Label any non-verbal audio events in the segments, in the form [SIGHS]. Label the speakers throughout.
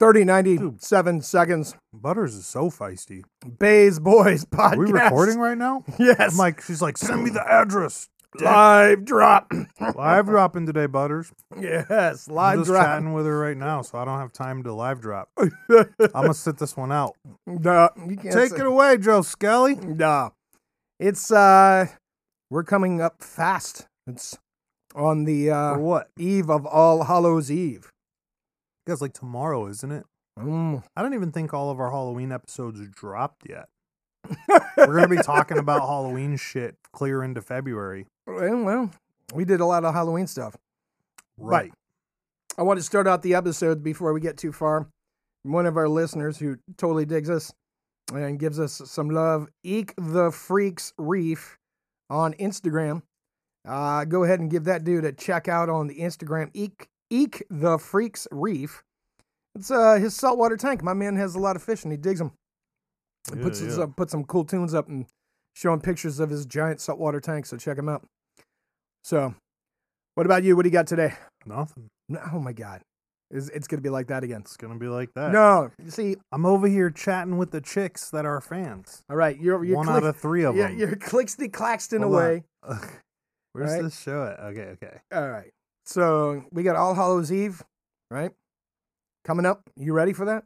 Speaker 1: 30, 97 seconds.
Speaker 2: Butters is so feisty.
Speaker 1: Bays Boys podcast.
Speaker 2: [LAUGHS] Are we recording right now?
Speaker 1: Yes.
Speaker 2: I'm like, she's like, send me the address.
Speaker 1: live drop. [CLEARS THROAT]
Speaker 2: Live dropping today, Butters.
Speaker 1: yes,
Speaker 2: I'm
Speaker 1: live
Speaker 2: just
Speaker 1: drop.
Speaker 2: chatting with her right now, so I don't have time to live drop. [LAUGHS] I'm gonna sit this one out.
Speaker 1: [LAUGHS] Nah, you can't
Speaker 2: Take
Speaker 1: say-
Speaker 2: it away, Joe Skelly.
Speaker 1: Nah. It's uh we're coming up fast. It's on the
Speaker 2: For
Speaker 1: uh
Speaker 2: what?
Speaker 1: eve of All Hallows Eve.
Speaker 2: Because like tomorrow, isn't it?
Speaker 1: Mm.
Speaker 2: I don't even think all of our Halloween episodes dropped yet. We're gonna be talking about
Speaker 1: [LAUGHS]
Speaker 2: Halloween shit clear into February.
Speaker 1: Well, well, we did a lot of Halloween stuff.
Speaker 2: Right.
Speaker 1: I want to start out the episode before we get too far. One of our listeners who totally digs us and gives us some love, Eek the Freaks Reef on Instagram. Uh, go ahead and give that dude a check out on the Instagram, Eek, Eek the Freaks Reef. It's uh, his saltwater tank. My man has a lot of fish and he digs them. He
Speaker 2: Yeah,
Speaker 1: puts, his,
Speaker 2: yeah.
Speaker 1: uh, put some cool tunes up and showing pictures of his giant saltwater tank, so check him out. So, what about you? What do you got today?
Speaker 2: Nothing.
Speaker 1: No, oh my god, it's, it's gonna be like that again.
Speaker 2: It's gonna be like that.
Speaker 1: No, you see,
Speaker 2: I'm over here chatting with the chicks that are fans.
Speaker 1: all right, you're you're
Speaker 2: one
Speaker 1: click,
Speaker 2: out of three of
Speaker 1: yeah,
Speaker 2: them.
Speaker 1: you're [LAUGHS] Clixty Claxton
Speaker 2: Hold on.
Speaker 1: away.
Speaker 2: Ugh. [LAUGHS] Where's
Speaker 1: Right?
Speaker 2: this show at? Okay, okay.
Speaker 1: All right, so we got All Hallows Eve, right? Coming up, you ready for that?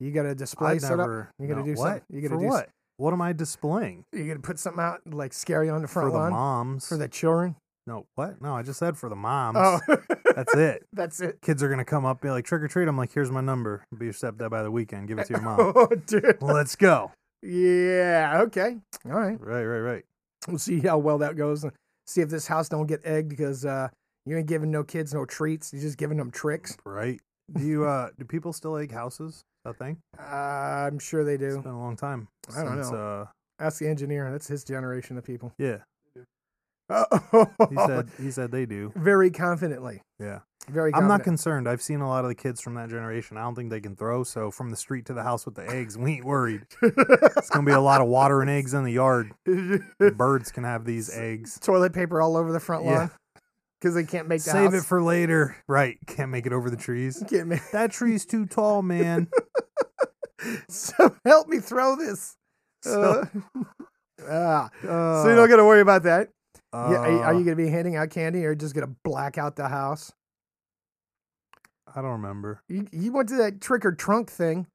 Speaker 1: You got a display
Speaker 2: I
Speaker 1: set up.
Speaker 2: never.
Speaker 1: You gotta
Speaker 2: no,
Speaker 1: do
Speaker 2: what?
Speaker 1: something- you gotta
Speaker 2: For
Speaker 1: do s-
Speaker 2: what? What am I displaying?
Speaker 1: You gonna put something out like scary on the front
Speaker 2: for the
Speaker 1: lawn
Speaker 2: moms.
Speaker 1: for the children?
Speaker 2: no, what? No, I just said for the moms.
Speaker 1: Oh, [LAUGHS]
Speaker 2: That's it.
Speaker 1: that's it.
Speaker 2: Kids are gonna come up, be like trick or treat. I'm like, here's my number. Be your stepdad by the weekend. Give it to your mom.
Speaker 1: [LAUGHS] Oh, dude.
Speaker 2: Let's go.
Speaker 1: Yeah. Okay. All right.
Speaker 2: Right, right, right.
Speaker 1: We'll see how well that goes. and See if this house don't get egged because uh, you ain't giving no kids no treats. You're just giving them tricks.
Speaker 2: Right. Do you? uh Do people still egg houses? Is that a thing?
Speaker 1: Uh, I'm sure they
Speaker 2: It's
Speaker 1: do.
Speaker 2: been a long time.
Speaker 1: I don't
Speaker 2: since,
Speaker 1: know.
Speaker 2: Uh,
Speaker 1: That's the engineer. That's his generation of people. [LAUGHS]
Speaker 2: yeah, he
Speaker 1: Oh.
Speaker 2: said. He said they do.
Speaker 1: very confidently.
Speaker 2: Yeah.
Speaker 1: Very.
Speaker 2: I'm not
Speaker 1: confident.
Speaker 2: concerned. I've seen a lot of the kids from that generation. I don't think they can throw. So from the street to the house with the eggs, we ain't worried. It's gonna be a lot of water and eggs in the yard. The Birds can have these eggs.
Speaker 1: [LAUGHS] Toilet paper all over the front
Speaker 2: Yeah.
Speaker 1: lawn because they can't make the
Speaker 2: Save it
Speaker 1: house.
Speaker 2: for later. Right? Can't make it over the trees.
Speaker 1: [LAUGHS] Can't make- [LAUGHS]
Speaker 2: That tree's too tall, man.
Speaker 1: so help me throw this.
Speaker 2: So,
Speaker 1: Uh, [LAUGHS] ah. [LAUGHS]
Speaker 2: uh,
Speaker 1: so you're not gonna worry about that. Yeah, are, you- are
Speaker 2: uh,
Speaker 1: you gonna be handing out candy or just gonna black out the house?
Speaker 2: I don't remember.
Speaker 1: You, you went to that trick or trunk thing.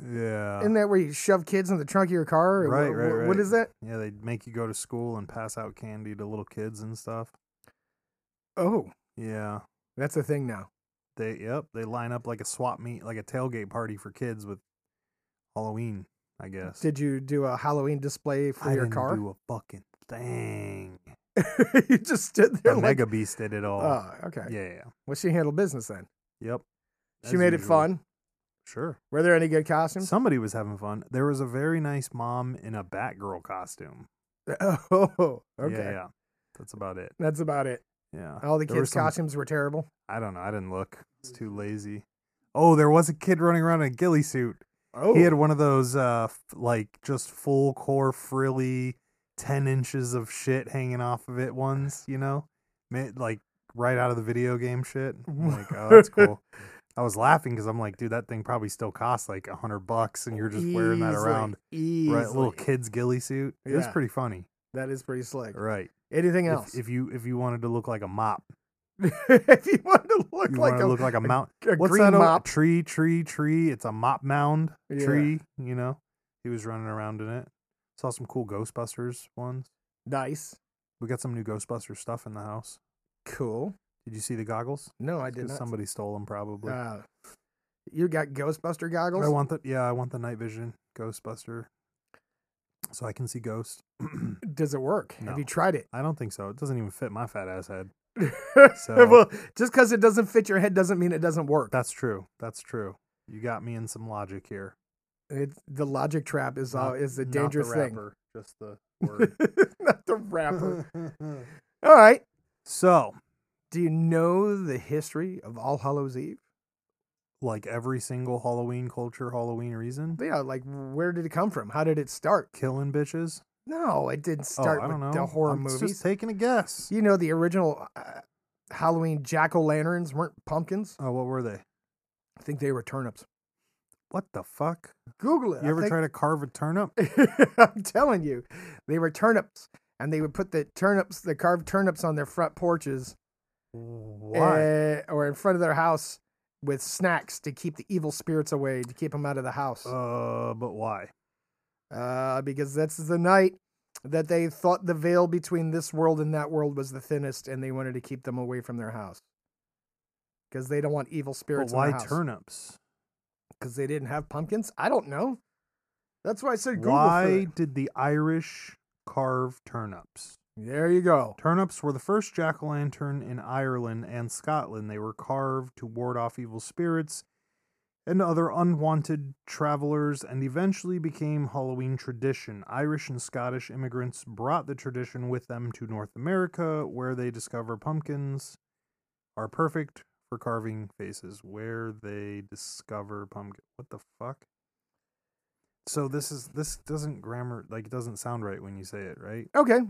Speaker 2: Yeah.
Speaker 1: Isn't that where you shove kids in the trunk of your car? Or
Speaker 2: Uh. Right,
Speaker 1: wha-
Speaker 2: right,
Speaker 1: wha-
Speaker 2: right.
Speaker 1: What is that?
Speaker 2: yeah, they make you go to school and pass out candy to little kids and stuff.
Speaker 1: Oh,
Speaker 2: Yeah.
Speaker 1: that's a thing now.
Speaker 2: They yep, they line up like a swap meet, like a tailgate party for kids with Halloween, I guess.
Speaker 1: Did you do a Halloween display for
Speaker 2: I
Speaker 1: your
Speaker 2: didn't
Speaker 1: car? [LAUGHS]
Speaker 2: do a fucking thing.
Speaker 1: you just stood
Speaker 2: The
Speaker 1: there like,
Speaker 2: Mega Beast did it all.
Speaker 1: oh, okay.
Speaker 2: yeah, yeah, yeah.
Speaker 1: Well, she handled business then.
Speaker 2: Yep.
Speaker 1: she
Speaker 2: As
Speaker 1: made it
Speaker 2: usual.
Speaker 1: fun.
Speaker 2: Sure.
Speaker 1: Were there any good costumes?
Speaker 2: Somebody was having fun. There was a very nice mom in a Batgirl costume.
Speaker 1: [LAUGHS] oh, okay.
Speaker 2: Yeah, yeah. That's about it.
Speaker 1: That's about it.
Speaker 2: Yeah.
Speaker 1: All the
Speaker 2: There were
Speaker 1: kids'
Speaker 2: some-
Speaker 1: costumes were terrible.
Speaker 2: I don't know. I didn't look. It's
Speaker 1: Mm-hmm.
Speaker 2: too lazy. Oh, there was a kid running around in a ghillie suit.
Speaker 1: Oh,
Speaker 2: He had one of those, uh, f- like just full core frilly, ten inches of shit hanging off of it ones. You know, Ma- like right out of the video game shit.
Speaker 1: [LAUGHS]
Speaker 2: I'm like, oh, that's cool. I was laughing because I'm like, dude, that thing probably still costs like a hundred bucks, and you're just wearing that
Speaker 1: Easily,
Speaker 2: around,
Speaker 1: Easily.
Speaker 2: right? Little kid's ghillie suit. It was
Speaker 1: Yeah.
Speaker 2: pretty funny,
Speaker 1: That is pretty slick.
Speaker 2: right?
Speaker 1: Anything
Speaker 2: If-
Speaker 1: else?
Speaker 2: If, you if you wanted to look like a mop,
Speaker 1: [LAUGHS] If, you want to look
Speaker 2: you
Speaker 1: like
Speaker 2: want
Speaker 1: a, [LAUGHS]
Speaker 2: to look like a mount.
Speaker 1: a
Speaker 2: What's
Speaker 1: green
Speaker 2: that old-
Speaker 1: mop,
Speaker 2: Tree, tree, tree. It's a mop mound
Speaker 1: Yeah.
Speaker 2: tree. You know, he was running around in it. Saw some cool Ghostbusters ones.
Speaker 1: nice,
Speaker 2: We got some new Ghostbuster stuff in the house.
Speaker 1: cool.
Speaker 2: Did you see the goggles?
Speaker 1: No, I
Speaker 2: It's
Speaker 1: did
Speaker 2: 'cause
Speaker 1: not.
Speaker 2: Somebody stole them, probably.
Speaker 1: Uh, you got Ghostbuster goggles?
Speaker 2: I want the yeah. I want the night vision Ghostbuster, so I can see ghosts. [CLEARS THROAT] I
Speaker 1: Does it work?
Speaker 2: No.
Speaker 1: Have you tried it?
Speaker 2: don't think so. It doesn't even fit my fat ass head. [LAUGHS] So-
Speaker 1: [LAUGHS] well, just because it doesn't fit your head doesn't mean it doesn't work.
Speaker 2: That's true. That's true. You got me in some logic here.
Speaker 1: It, the logic trap is uh,
Speaker 2: Not-
Speaker 1: is a
Speaker 2: not
Speaker 1: dangerous
Speaker 2: the
Speaker 1: thing.
Speaker 2: rapper, Just the
Speaker 1: [LAUGHS] Not the
Speaker 2: [LAUGHS]
Speaker 1: rapper.
Speaker 2: word.
Speaker 1: All right.
Speaker 2: so,
Speaker 1: Do you know the history of All Hallows Eve?
Speaker 2: like every single Halloween culture, Halloween reason,
Speaker 1: Yeah, like where did it come from? How did it start?
Speaker 2: killing bitches.
Speaker 1: No, it didn't
Speaker 2: Oh,
Speaker 1: start
Speaker 2: I don't
Speaker 1: with
Speaker 2: know.
Speaker 1: the horror
Speaker 2: I'm
Speaker 1: movies.
Speaker 2: Just taking a guess.
Speaker 1: You know the original uh, Halloween jack o' lanterns weren't pumpkins.
Speaker 2: Oh, what were they?
Speaker 1: I think they were turnips.
Speaker 2: What the fuck?
Speaker 1: Google it.
Speaker 2: You
Speaker 1: I
Speaker 2: ever
Speaker 1: think-
Speaker 2: try to carve a turnip?
Speaker 1: [LAUGHS] I'm telling you, they were turnips, and they would put the turnips, the carved turnips, on their front porches
Speaker 2: Why?
Speaker 1: eh, or in front of their house with snacks to keep the evil spirits away, to keep them out of the house.
Speaker 2: Uh, but why?
Speaker 1: Uh, because that's the night that they thought the veil between this world and that world was the thinnest, and they wanted to keep them away from their house because they don't want evil
Speaker 2: But
Speaker 1: spirits. in
Speaker 2: why
Speaker 1: their house.
Speaker 2: turnips?
Speaker 1: Because they didn't have pumpkins. I don't know. That's why I said Google. for
Speaker 2: Why
Speaker 1: it.
Speaker 2: did the Irish carve turnips?
Speaker 1: There you go.
Speaker 2: Turnips were the first jack o' lantern in Ireland and Scotland. They were carved to ward off evil spirits and other unwanted travelers and eventually became Halloween tradition. Irish and Scottish immigrants brought the tradition with them to North America, where they discover pumpkins are perfect for carving faces. Where they discover pumpkin. What the fuck? So this is this doesn't grammar like it doesn't sound right when you say it, right?
Speaker 1: Okay,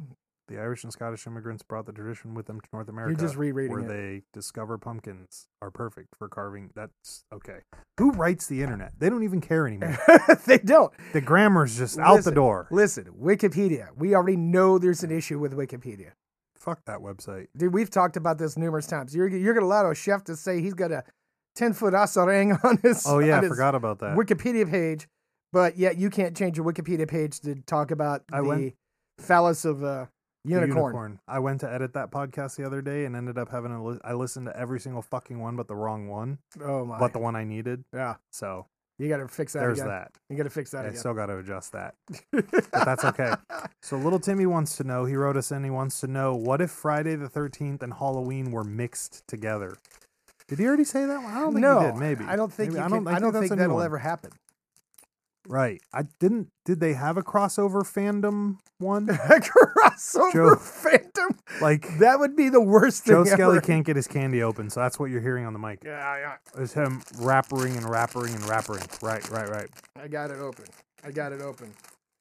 Speaker 2: The Irish and Scottish immigrants brought the tradition with them to North America.
Speaker 1: you're just rereading
Speaker 2: where
Speaker 1: it.
Speaker 2: they discover pumpkins are perfect for carving. That's okay. Who writes the internet? They don't even care anymore.
Speaker 1: [LAUGHS] they don't.
Speaker 2: the grammar's just out the
Speaker 1: Listen,
Speaker 2: door.
Speaker 1: Listen, Wikipedia. We already know there's an issue with Wikipedia.
Speaker 2: Fuck that website.
Speaker 1: Dude, we've talked about this numerous times. You're you're gonna allow a chef to say he's got a ten foot asarang [LAUGHS] on his
Speaker 2: Oh yeah,
Speaker 1: on
Speaker 2: I
Speaker 1: his
Speaker 2: forgot about that.
Speaker 1: Wikipedia page, but yet you can't change your Wikipedia page to talk about
Speaker 2: I
Speaker 1: the
Speaker 2: went-
Speaker 1: phallus of a
Speaker 2: The
Speaker 1: unicorn.
Speaker 2: I went to edit that podcast the other day and ended up having a li- I listened to every single fucking one but the wrong one,
Speaker 1: Oh my!
Speaker 2: but the one I needed.
Speaker 1: yeah,
Speaker 2: So
Speaker 1: you gotta fix that.
Speaker 2: there's
Speaker 1: again.
Speaker 2: that.
Speaker 1: You gotta fix that
Speaker 2: I
Speaker 1: again.
Speaker 2: still got to adjust that, [LAUGHS] but that's okay.
Speaker 1: [LAUGHS]
Speaker 2: So little Timmy wants to know. He wrote us in. He wants to know what if Friday the Thirteenth and Halloween were mixed together. Did he already say that one? I don't think
Speaker 1: no,
Speaker 2: he did. Maybe
Speaker 1: I don't think
Speaker 2: Maybe-
Speaker 1: you can- I
Speaker 2: think
Speaker 1: don't
Speaker 2: that's
Speaker 1: think,
Speaker 2: a new
Speaker 1: that'll
Speaker 2: one.
Speaker 1: ever happen. [LAUGHS]
Speaker 2: Right. I didn't. Did they have a crossover fandom
Speaker 1: [LAUGHS]
Speaker 2: one?
Speaker 1: Crossover
Speaker 2: Joe-
Speaker 1: Phantom.
Speaker 2: Like
Speaker 1: That would be the worst
Speaker 2: Joe
Speaker 1: thing
Speaker 2: Skelly
Speaker 1: ever.
Speaker 2: can't get his candy open, so that's what you're hearing on the mic.
Speaker 1: Yeah, yeah.
Speaker 2: It's him rappering and rappering and rappering. Right. Right. Right.
Speaker 1: I got it open. I got it open.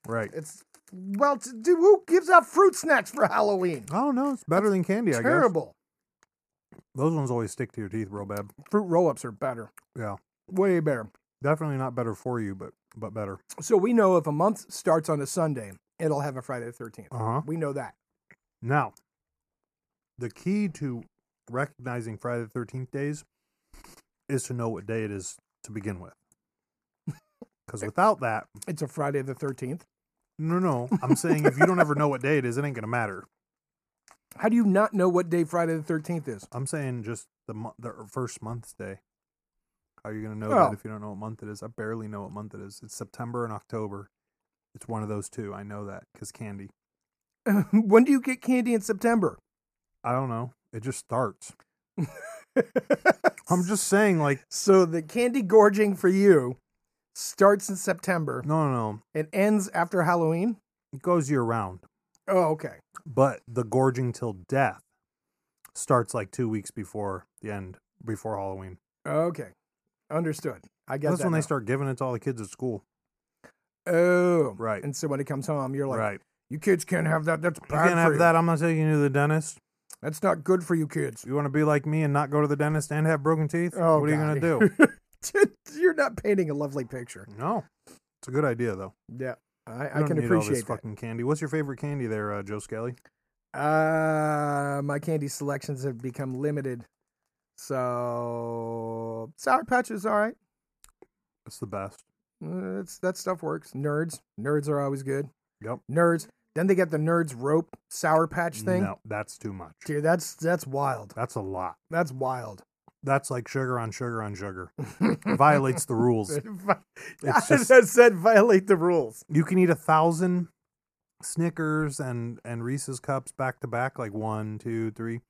Speaker 2: Right.
Speaker 1: It's well, t- dude, who gives out fruit snacks for Halloween?
Speaker 2: I don't know. It's better than candy. I guess
Speaker 1: Terrible.
Speaker 2: those ones always stick to your teeth real bad.
Speaker 1: Fruit roll-ups are better.
Speaker 2: Yeah.
Speaker 1: Way better.
Speaker 2: Definitely not better for you, but but better.
Speaker 1: So we know if a month starts on a Sunday, it'll have a Friday the 13th.
Speaker 2: Uh huh.
Speaker 1: We know that.
Speaker 2: Now, the key to recognizing Friday the 13th days is to know what day it is to begin with. Because without that,
Speaker 1: It's a Friday the 13th.
Speaker 2: no, no, I'm saying if you don't ever know what day it is, it ain't going to matter.
Speaker 1: How do you not know what day Friday the 13th is? [LAUGHS]
Speaker 2: I'm saying just the mo- the er, first month's day. How are you going to know
Speaker 1: Oh.
Speaker 2: that if you don't know what month it is? I barely know what month it is. It's September and October. It's one of those two. I know that because candy.
Speaker 1: when do you get candy in [LAUGHS] September?
Speaker 2: I don't know. It just starts. I'm just saying, like,
Speaker 1: so the candy gorging for you starts in September
Speaker 2: no, no, no.
Speaker 1: and ends after Halloween.
Speaker 2: It goes year round.
Speaker 1: Oh, okay.
Speaker 2: but the gorging till death starts like two weeks before the end before halloween
Speaker 1: Okay. Understood. I guess
Speaker 2: that's when they start giving it to all the kids at school
Speaker 1: Oh,
Speaker 2: Right.
Speaker 1: And so when he comes home, you're like,
Speaker 2: right
Speaker 1: "You kids can't have that. That's
Speaker 2: you
Speaker 1: bad
Speaker 2: can't
Speaker 1: for
Speaker 2: have
Speaker 1: you.
Speaker 2: that i'm not taking you to the dentist
Speaker 1: That's not good for you kids."
Speaker 2: you want to be like me and not go to the dentist and have broken teeth
Speaker 1: Oh,
Speaker 2: what are you
Speaker 1: God. [LAUGHS]
Speaker 2: going to
Speaker 1: Dude, [LAUGHS] you're not painting a lovely picture.
Speaker 2: do no it's a good idea though
Speaker 1: Yeah, I,
Speaker 2: You
Speaker 1: I
Speaker 2: don't
Speaker 1: can
Speaker 2: need all this
Speaker 1: appreciate that.
Speaker 2: fucking candy what's your favorite candy there uh, joe skelly
Speaker 1: Uh, my candy selections have become limited, so sour patch is all right.
Speaker 2: it's the best
Speaker 1: Uh, That's that stuff works. Nerds, nerds are always good.
Speaker 2: Yep.
Speaker 1: Nerds. Then they get the nerds rope sour patch thing.
Speaker 2: no that's too much
Speaker 1: Dude, that's that's wild.
Speaker 2: that's a lot
Speaker 1: That's wild.
Speaker 2: that's like sugar on sugar on sugar
Speaker 1: [LAUGHS]
Speaker 2: it violates the rules it's
Speaker 1: I
Speaker 2: just
Speaker 1: just said violate the rules.
Speaker 2: you can eat a thousand Snickers and and Reese's cups back to back, like one, two, three,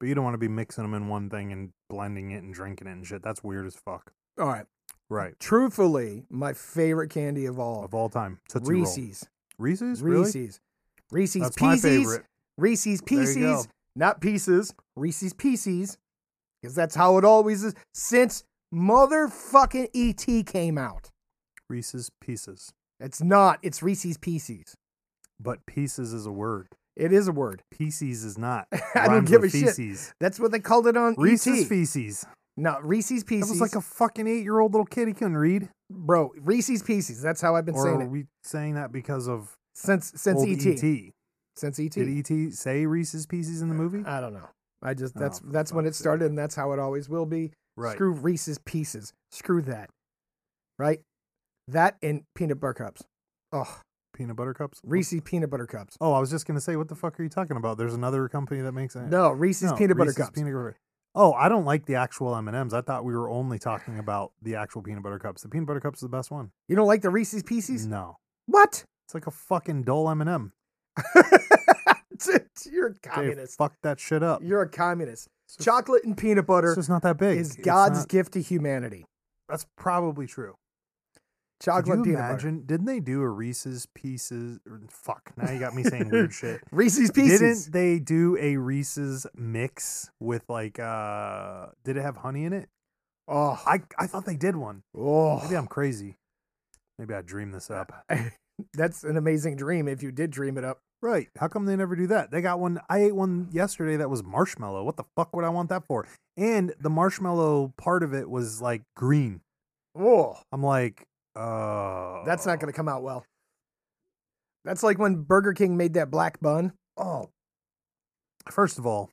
Speaker 2: but you don't want to be mixing them in one thing and blending it and drinking it and shit. That's weird as fuck.
Speaker 1: All right.
Speaker 2: Right.
Speaker 1: Truthfully, my favorite candy of all,
Speaker 2: Of all time, Tootsie Roll.
Speaker 1: Reese's.
Speaker 2: Reese's, really?
Speaker 1: Reese's. Reese's
Speaker 2: That's my
Speaker 1: Pieces.
Speaker 2: favorite.
Speaker 1: Reese's
Speaker 2: There you
Speaker 1: Pieces.
Speaker 2: go.
Speaker 1: Not pieces. Reese's Pieces. Because that's how it always is since motherfucking E.T. came out.
Speaker 2: Reese's Pieces,
Speaker 1: It's not. It's Reese's Pieces.
Speaker 2: but pieces is a word.
Speaker 1: It is a word.
Speaker 2: Feces is not.
Speaker 1: [LAUGHS] I don't
Speaker 2: Rhymes
Speaker 1: give a
Speaker 2: with
Speaker 1: shit. E
Speaker 2: feces.
Speaker 1: That's what they called it on E
Speaker 2: Reese's
Speaker 1: ET.
Speaker 2: feces.
Speaker 1: No, Reese's
Speaker 2: That
Speaker 1: Pieces.
Speaker 2: was like a fucking eight-year-old little kid. He couldn't read.
Speaker 1: bro. Reese's Pieces. That's how I've been
Speaker 2: Or
Speaker 1: saying
Speaker 2: are
Speaker 1: it
Speaker 2: we saying that because of
Speaker 1: since since E
Speaker 2: old
Speaker 1: ET.
Speaker 2: ET?
Speaker 1: Since E ET.
Speaker 2: Did ET say Reese's Pieces in
Speaker 1: Uh,
Speaker 2: the movie?
Speaker 1: I don't know. I just
Speaker 2: Oh,
Speaker 1: that's
Speaker 2: for
Speaker 1: that's when it
Speaker 2: fuck's sake.
Speaker 1: started, and that's how it always will be.
Speaker 2: right.
Speaker 1: Screw Reese's Pieces. Screw that. Right. That and peanut butter cups. Oh,
Speaker 2: Peanut butter cups.
Speaker 1: Reese's peanut butter cups.
Speaker 2: Oh, I was just gonna say, what the fuck are you talking about? There's another company that makes it.
Speaker 1: No, Reese's
Speaker 2: No,
Speaker 1: peanut butter
Speaker 2: Reese's
Speaker 1: cups.
Speaker 2: peanut butter- Oh, I don't like the actual M and M's. I thought we were only talking about the actual peanut butter cups. The peanut butter cups is the best one.
Speaker 1: you don't like the Reese's Pieces?
Speaker 2: No,
Speaker 1: What? [LAUGHS]
Speaker 2: it's like a fucking dull M&M. M and m
Speaker 1: Dude, You're a communist.
Speaker 2: Fuck that shit up.
Speaker 1: You're a communist.
Speaker 2: It's just-
Speaker 1: Chocolate and peanut
Speaker 2: It's
Speaker 1: butter
Speaker 2: just not that big.
Speaker 1: is
Speaker 2: It's
Speaker 1: God's
Speaker 2: not-
Speaker 1: gift to humanity.
Speaker 2: that's probably true. Could
Speaker 1: Chocolate
Speaker 2: you
Speaker 1: and peanut butter.
Speaker 2: imagine? Didn't they do a Reese's Pieces? or- Fuck. Now you got me saying
Speaker 1: [LAUGHS]
Speaker 2: weird shit.
Speaker 1: Reese's Pieces.
Speaker 2: Didn't they do a Reese's mix with like? uh Did it have honey in it?
Speaker 1: Oh,
Speaker 2: I I thought they did one. Maybe
Speaker 1: oh.
Speaker 2: I'm crazy. Maybe I dreamed this up.
Speaker 1: that's an amazing dream if you did dream it up.
Speaker 2: Right. How come they never do that? They got one. I ate one yesterday that was marshmallow. What the fuck would I want that for? And the marshmallow part of it was like green.
Speaker 1: Oh,
Speaker 2: I'm like, uh.
Speaker 1: that's not going to come out well. That's like when Burger King made that black bun.
Speaker 2: Oh. uh, First of all,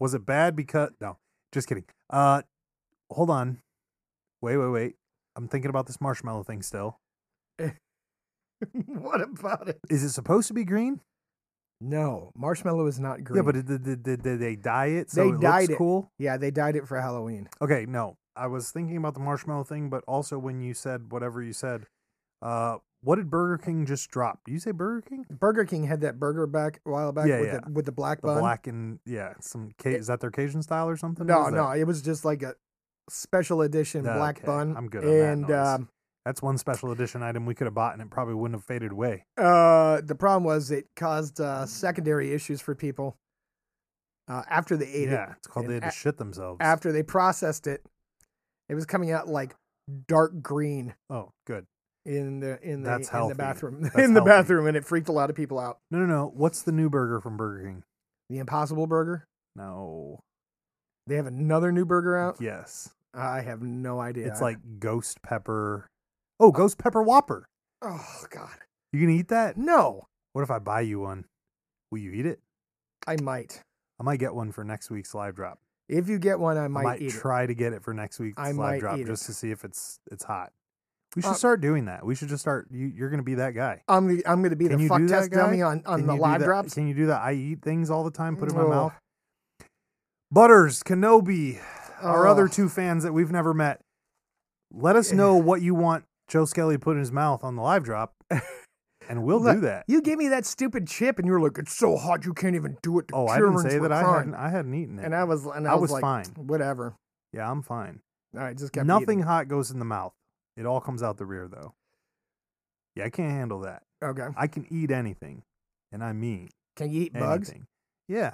Speaker 2: was it bad because. No, just kidding. Uh, Hold on. Wait, wait, wait. I'm thinking about this marshmallow thing still.
Speaker 1: [LAUGHS] what about it?
Speaker 2: Is it supposed to be green?
Speaker 1: No, marshmallow is not green.
Speaker 2: Yeah, but did, did, did, did they dye it so
Speaker 1: They
Speaker 2: it looks
Speaker 1: dyed it.
Speaker 2: cool?
Speaker 1: yeah, they dyed it for Halloween.
Speaker 2: Okay, no. I was thinking about the marshmallow thing, but also when you said whatever you said, uh, what did Burger King just drop? Did you say Burger King?
Speaker 1: Burger King had that burger back a while back
Speaker 2: Yeah,
Speaker 1: with,
Speaker 2: yeah.
Speaker 1: The, with the black
Speaker 2: The
Speaker 1: bun.
Speaker 2: black and yeah, some Ca- is that their Cajun style or something? What
Speaker 1: no,
Speaker 2: is that?
Speaker 1: no, it was just like a special edition
Speaker 2: Okay,
Speaker 1: black bun.
Speaker 2: I'm good on that
Speaker 1: And
Speaker 2: noise.
Speaker 1: um,
Speaker 2: that's one special edition item we could have bought, and it probably wouldn't have faded away.
Speaker 1: Uh, the problem was it caused uh, secondary issues for people uh, after they ate it.
Speaker 2: yeah, it's called
Speaker 1: and
Speaker 2: they had to
Speaker 1: a-
Speaker 2: shit themselves.
Speaker 1: After they processed it, it was coming out like dark green
Speaker 2: oh, good.
Speaker 1: in the in the
Speaker 2: That's
Speaker 1: in the
Speaker 2: healthy.
Speaker 1: bathroom [LAUGHS]
Speaker 2: That's
Speaker 1: in the
Speaker 2: healthy.
Speaker 1: bathroom, and it freaked a lot of people out.
Speaker 2: No, no, no. What's the new burger from Burger King?
Speaker 1: The Impossible Burger.
Speaker 2: No.
Speaker 1: They have another new burger out.
Speaker 2: Yes,
Speaker 1: I have no idea.
Speaker 2: it's like ghost pepper. Oh, ghost pepper Whopper.
Speaker 1: oh god,
Speaker 2: You gonna eat that?
Speaker 1: no.
Speaker 2: What if I buy you one? Will you eat it?
Speaker 1: I might.
Speaker 2: I might get one for next week's live drop.
Speaker 1: If you get one, I
Speaker 2: I
Speaker 1: might,
Speaker 2: might,
Speaker 1: eat it.
Speaker 2: try to get it for next week's
Speaker 1: I might
Speaker 2: live drop
Speaker 1: eat
Speaker 2: just
Speaker 1: it.
Speaker 2: to see if it's it's hot. We should
Speaker 1: Uh,
Speaker 2: start doing that. We should just start. You, you're going to be that guy.
Speaker 1: I'm the, I'm going to be
Speaker 2: Can
Speaker 1: the
Speaker 2: you
Speaker 1: fuck
Speaker 2: do that,
Speaker 1: test dummy
Speaker 2: guy?
Speaker 1: on on
Speaker 2: Can
Speaker 1: the
Speaker 2: you do
Speaker 1: live
Speaker 2: that-
Speaker 1: drops.
Speaker 2: Can you do that? I eat things all the time. Put it in my
Speaker 1: Oh.
Speaker 2: mouth. Butters Kenobi, our
Speaker 1: Oh.
Speaker 2: other two fans that we've never met. Let us
Speaker 1: [LAUGHS]
Speaker 2: know what you want Joe Skelly to put in his mouth on the live drop, and we'll do
Speaker 1: Look, [LAUGHS]
Speaker 2: that.
Speaker 1: You gave me that stupid chip, and you were like, "It's so hot, you can't even do it." The
Speaker 2: Oh, I didn't
Speaker 1: children's
Speaker 2: say
Speaker 1: were
Speaker 2: that. I
Speaker 1: fine."
Speaker 2: hadn't. I hadn't eaten it.
Speaker 1: And I was, and I,
Speaker 2: I
Speaker 1: was,
Speaker 2: was
Speaker 1: like,
Speaker 2: fine.
Speaker 1: Whatever.
Speaker 2: yeah, I'm fine.
Speaker 1: All right, just kept
Speaker 2: Nothing
Speaker 1: eating.
Speaker 2: hot goes in the mouth. It all comes out the rear, though. Yeah, I can't handle that.
Speaker 1: Okay.
Speaker 2: I can eat anything, and I mean
Speaker 1: Can you eat bugs?
Speaker 2: anything. Yeah,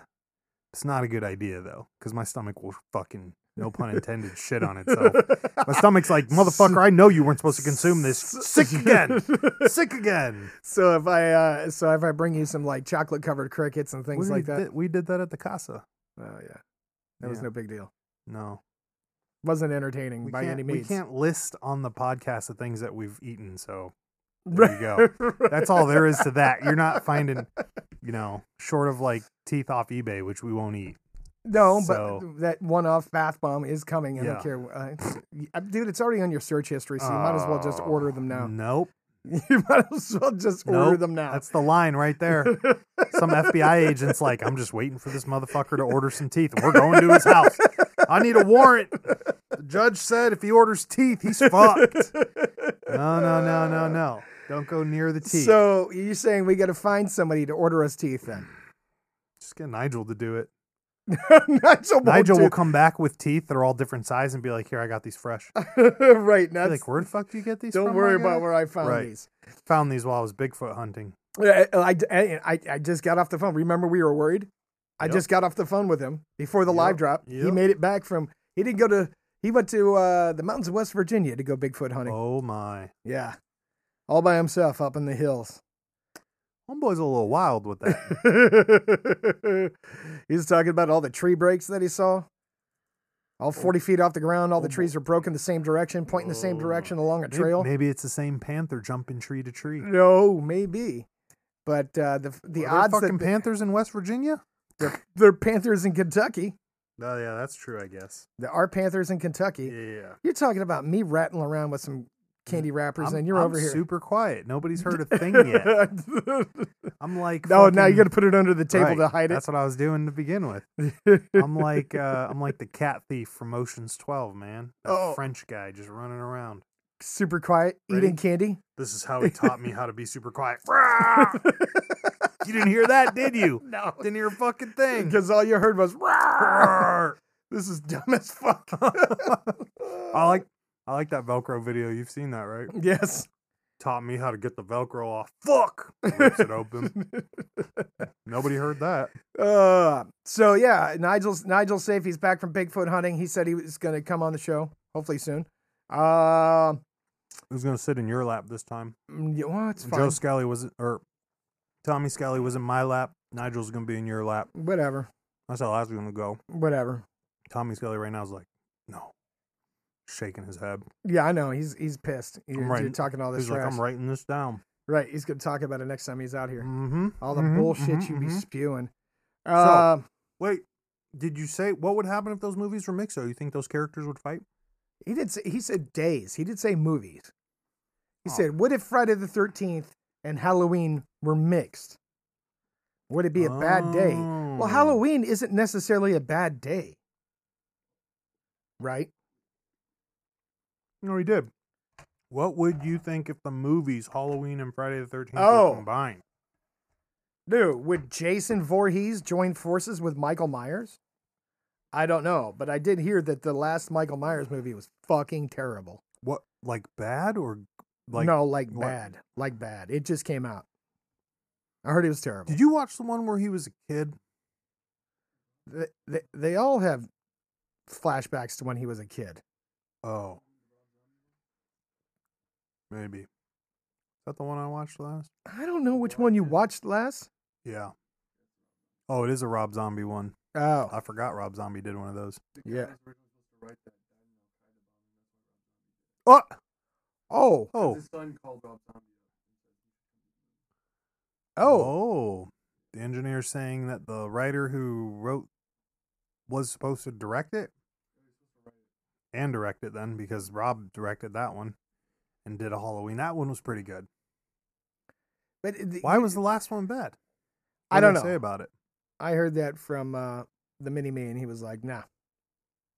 Speaker 2: it's not a good idea though, because my stomach will fucking no pun intended shit on itself.
Speaker 1: [LAUGHS]
Speaker 2: My stomach's like motherfucker. I know you weren't supposed to consume this. Sick again. Sick again.
Speaker 1: [LAUGHS] so if I, uh, so if I bring you some like chocolate covered crickets and things
Speaker 2: we
Speaker 1: like that,
Speaker 2: Did, we did that at the casa.
Speaker 1: oh yeah, that was
Speaker 2: Yeah.
Speaker 1: no big deal.
Speaker 2: No,
Speaker 1: Wasn't entertaining
Speaker 2: we
Speaker 1: by
Speaker 2: can't,
Speaker 1: any
Speaker 2: we
Speaker 1: means. [LAUGHS]
Speaker 2: can't list on the podcast the things that we've eaten. So there you
Speaker 1: [LAUGHS]
Speaker 2: go. That's all there is to that. You're not finding, you know, short of like teeth off eBay, which we won't eat.
Speaker 1: No,
Speaker 2: So-
Speaker 1: but that one-off bath bomb is coming. I don't
Speaker 2: Yeah.
Speaker 1: care, uh, y- dude. It's already on your search history, so you might as well just
Speaker 2: Oh,
Speaker 1: order them now.
Speaker 2: Nope.
Speaker 1: [LAUGHS] You might as well just order
Speaker 2: Nope,
Speaker 1: them now. [LAUGHS]
Speaker 2: That's the line right there. Some FBI agent's like, I'm just waiting for this motherfucker to order some teeth. We're going to his house. I need a warrant. The judge said if he orders teeth, he's fucked. No, no, no, no, no. Don't go near the teeth.
Speaker 1: So you're saying we got to find somebody to order us teeth then? [LAUGHS]
Speaker 2: just get Nigel to do it.
Speaker 1: Nigel, won't
Speaker 2: Nigel
Speaker 1: do-
Speaker 2: will come back with teeth that are all different size and be like, Here, I got these fresh. Be
Speaker 1: [LAUGHS] right now.
Speaker 2: like, where the fuck do you [LAUGHS] get these?
Speaker 1: Don't
Speaker 2: from,
Speaker 1: worry
Speaker 2: Oh my
Speaker 1: about
Speaker 2: guy?"
Speaker 1: where I found
Speaker 2: Right.
Speaker 1: these.
Speaker 2: Found these while I was Bigfoot hunting.
Speaker 1: I, I, eh, I, I just got off the phone. Remember, we were worried. I
Speaker 2: Yep.
Speaker 1: just got off the phone with him before the live
Speaker 2: Yep.
Speaker 1: drop. He
Speaker 2: Yep.
Speaker 1: made it back from. He didn't go to. He went to uh, the mountains of West Virginia to go Bigfoot hunting.
Speaker 2: Oh my.
Speaker 1: Yeah, all by himself up in the hills.
Speaker 2: Homeboy's a little wild with
Speaker 1: [LAUGHS]
Speaker 2: that.
Speaker 1: He's talking about all the tree breaks that he saw. All 40 feet off the ground, all the
Speaker 2: Oh,
Speaker 1: trees are broken the same direction, pointing the same
Speaker 2: Oh.
Speaker 1: direction along a
Speaker 2: May-
Speaker 1: trail.
Speaker 2: Maybe, it's the same panther jumping tree to tree.
Speaker 1: No, maybe. But uh, the Mm, the
Speaker 2: Are there
Speaker 1: odds
Speaker 2: fucking
Speaker 1: that they-
Speaker 2: panthers in West Virginia.
Speaker 1: there are panthers in Kentucky.
Speaker 2: Oh yeah, that's true. I guess.
Speaker 1: There are panthers in Kentucky.
Speaker 2: Yeah. Mm,
Speaker 1: You're talking about me rattling around with some candy wrappers,
Speaker 2: I'm-
Speaker 1: and you're
Speaker 2: I'm
Speaker 1: over here. [LAUGHS]
Speaker 2: super quiet. Nobody's heard a thing yet. I'm like,
Speaker 1: no, Oh, now you
Speaker 2: fucking- [LAUGHS]
Speaker 1: got to put it under the table
Speaker 2: Right,
Speaker 1: to hide it.
Speaker 2: That's what I was doing to begin with. I'm like, uh, I'm like the cat thief from Ocean's Twelve,
Speaker 1: [LAUGHS]
Speaker 2: man. That
Speaker 1: Oh.
Speaker 2: French guy just running around.
Speaker 1: [LAUGHS] super quiet,
Speaker 2: Ready?
Speaker 1: eating candy.
Speaker 2: This is how he
Speaker 1: [LAUGHS]
Speaker 2: taught me how to be super quiet. [LAUGHS] Ah, you didn't hear that,
Speaker 1: [LAUGHS]
Speaker 2: did you?
Speaker 1: No,
Speaker 2: Didn't hear a fucking thing.
Speaker 1: because all you heard was "Rawr."
Speaker 2: [LAUGHS] Grrr.
Speaker 1: This is dumb as
Speaker 2: [LAUGHS]
Speaker 1: fuck. [LAUGHS] Oh,
Speaker 2: I like, I like that Velcro video. You've seen that, right?
Speaker 1: Yes.
Speaker 2: Taught me how to get the Velcro off. Fuck. Rips it open.
Speaker 1: [LAUGHS]
Speaker 2: Nobody heard that.
Speaker 1: Uh, so yeah, Nigel's Nigel safe. He's back from Bigfoot hunting. He said he was going to come on the show, hopefully soon. Uh,
Speaker 2: Who's gonna sit in your lap this time?
Speaker 1: mm, yeah, well, it's fine.
Speaker 2: Joe Scally was, or Tommy Scally was in my lap. Nigel's gonna be in your lap.
Speaker 1: Whatever,
Speaker 2: That's how that's gonna go.
Speaker 1: whatever.
Speaker 2: Tommy Scully right now is like, no, shaking his head.
Speaker 1: Yeah, I know. He's he's pissed. You're,
Speaker 2: writing-
Speaker 1: you're talking all this
Speaker 2: He's
Speaker 1: trash.
Speaker 2: like, I'm writing this down.
Speaker 1: right. He's going to talk about it next time he's out here.
Speaker 2: Mm-hmm.
Speaker 1: All the bullshit you be spewing.
Speaker 2: So-
Speaker 1: Uh,
Speaker 2: Wait, did you say what would happen if those movies were mixed? So you think those characters would fight?
Speaker 1: He did. Say, he said days. He did say movies. He
Speaker 2: Oh.
Speaker 1: said, "What if Friday the Thirteenth and Halloween were mixed? Would it be a bad day?
Speaker 2: Oh.
Speaker 1: Well, Halloween isn't necessarily a bad day, right?
Speaker 2: No, he did. What would you think if the movies Halloween and Friday the Thirteenth
Speaker 1: Oh.
Speaker 2: were combined?
Speaker 1: No. Would Jason Voorhees join forces with Michael Myers? I don't know, but I did hear that the last Michael Myers movie was fucking terrible.
Speaker 2: What, like bad or like?
Speaker 1: no, like
Speaker 2: what-
Speaker 1: bad, like bad. It just came out. I heard it was terrible.
Speaker 2: Did you watch the one where he was a kid?
Speaker 1: they, they, they all have flashbacks to when he was a kid.
Speaker 2: Oh, maybe. Is that the one I watched last?
Speaker 1: I don't know which one you watched last.
Speaker 2: Yeah. Oh, it is a Rob Zombie one.
Speaker 1: Oh,
Speaker 2: I forgot Rob Zombie did one of those.
Speaker 1: yeah.
Speaker 2: Oh,
Speaker 1: Oh,
Speaker 2: oh,
Speaker 1: oh,
Speaker 2: The engineer saying that the writer who wrote was supposed to direct it and direct it then because Rob directed that one and did a Halloween. That one was pretty good.
Speaker 1: but it-
Speaker 2: Why was the last one bad?
Speaker 1: I
Speaker 2: What did
Speaker 1: don't
Speaker 2: Say
Speaker 1: know.
Speaker 2: about it.
Speaker 1: I heard that from uh, the mini me, and he was like, "Nah."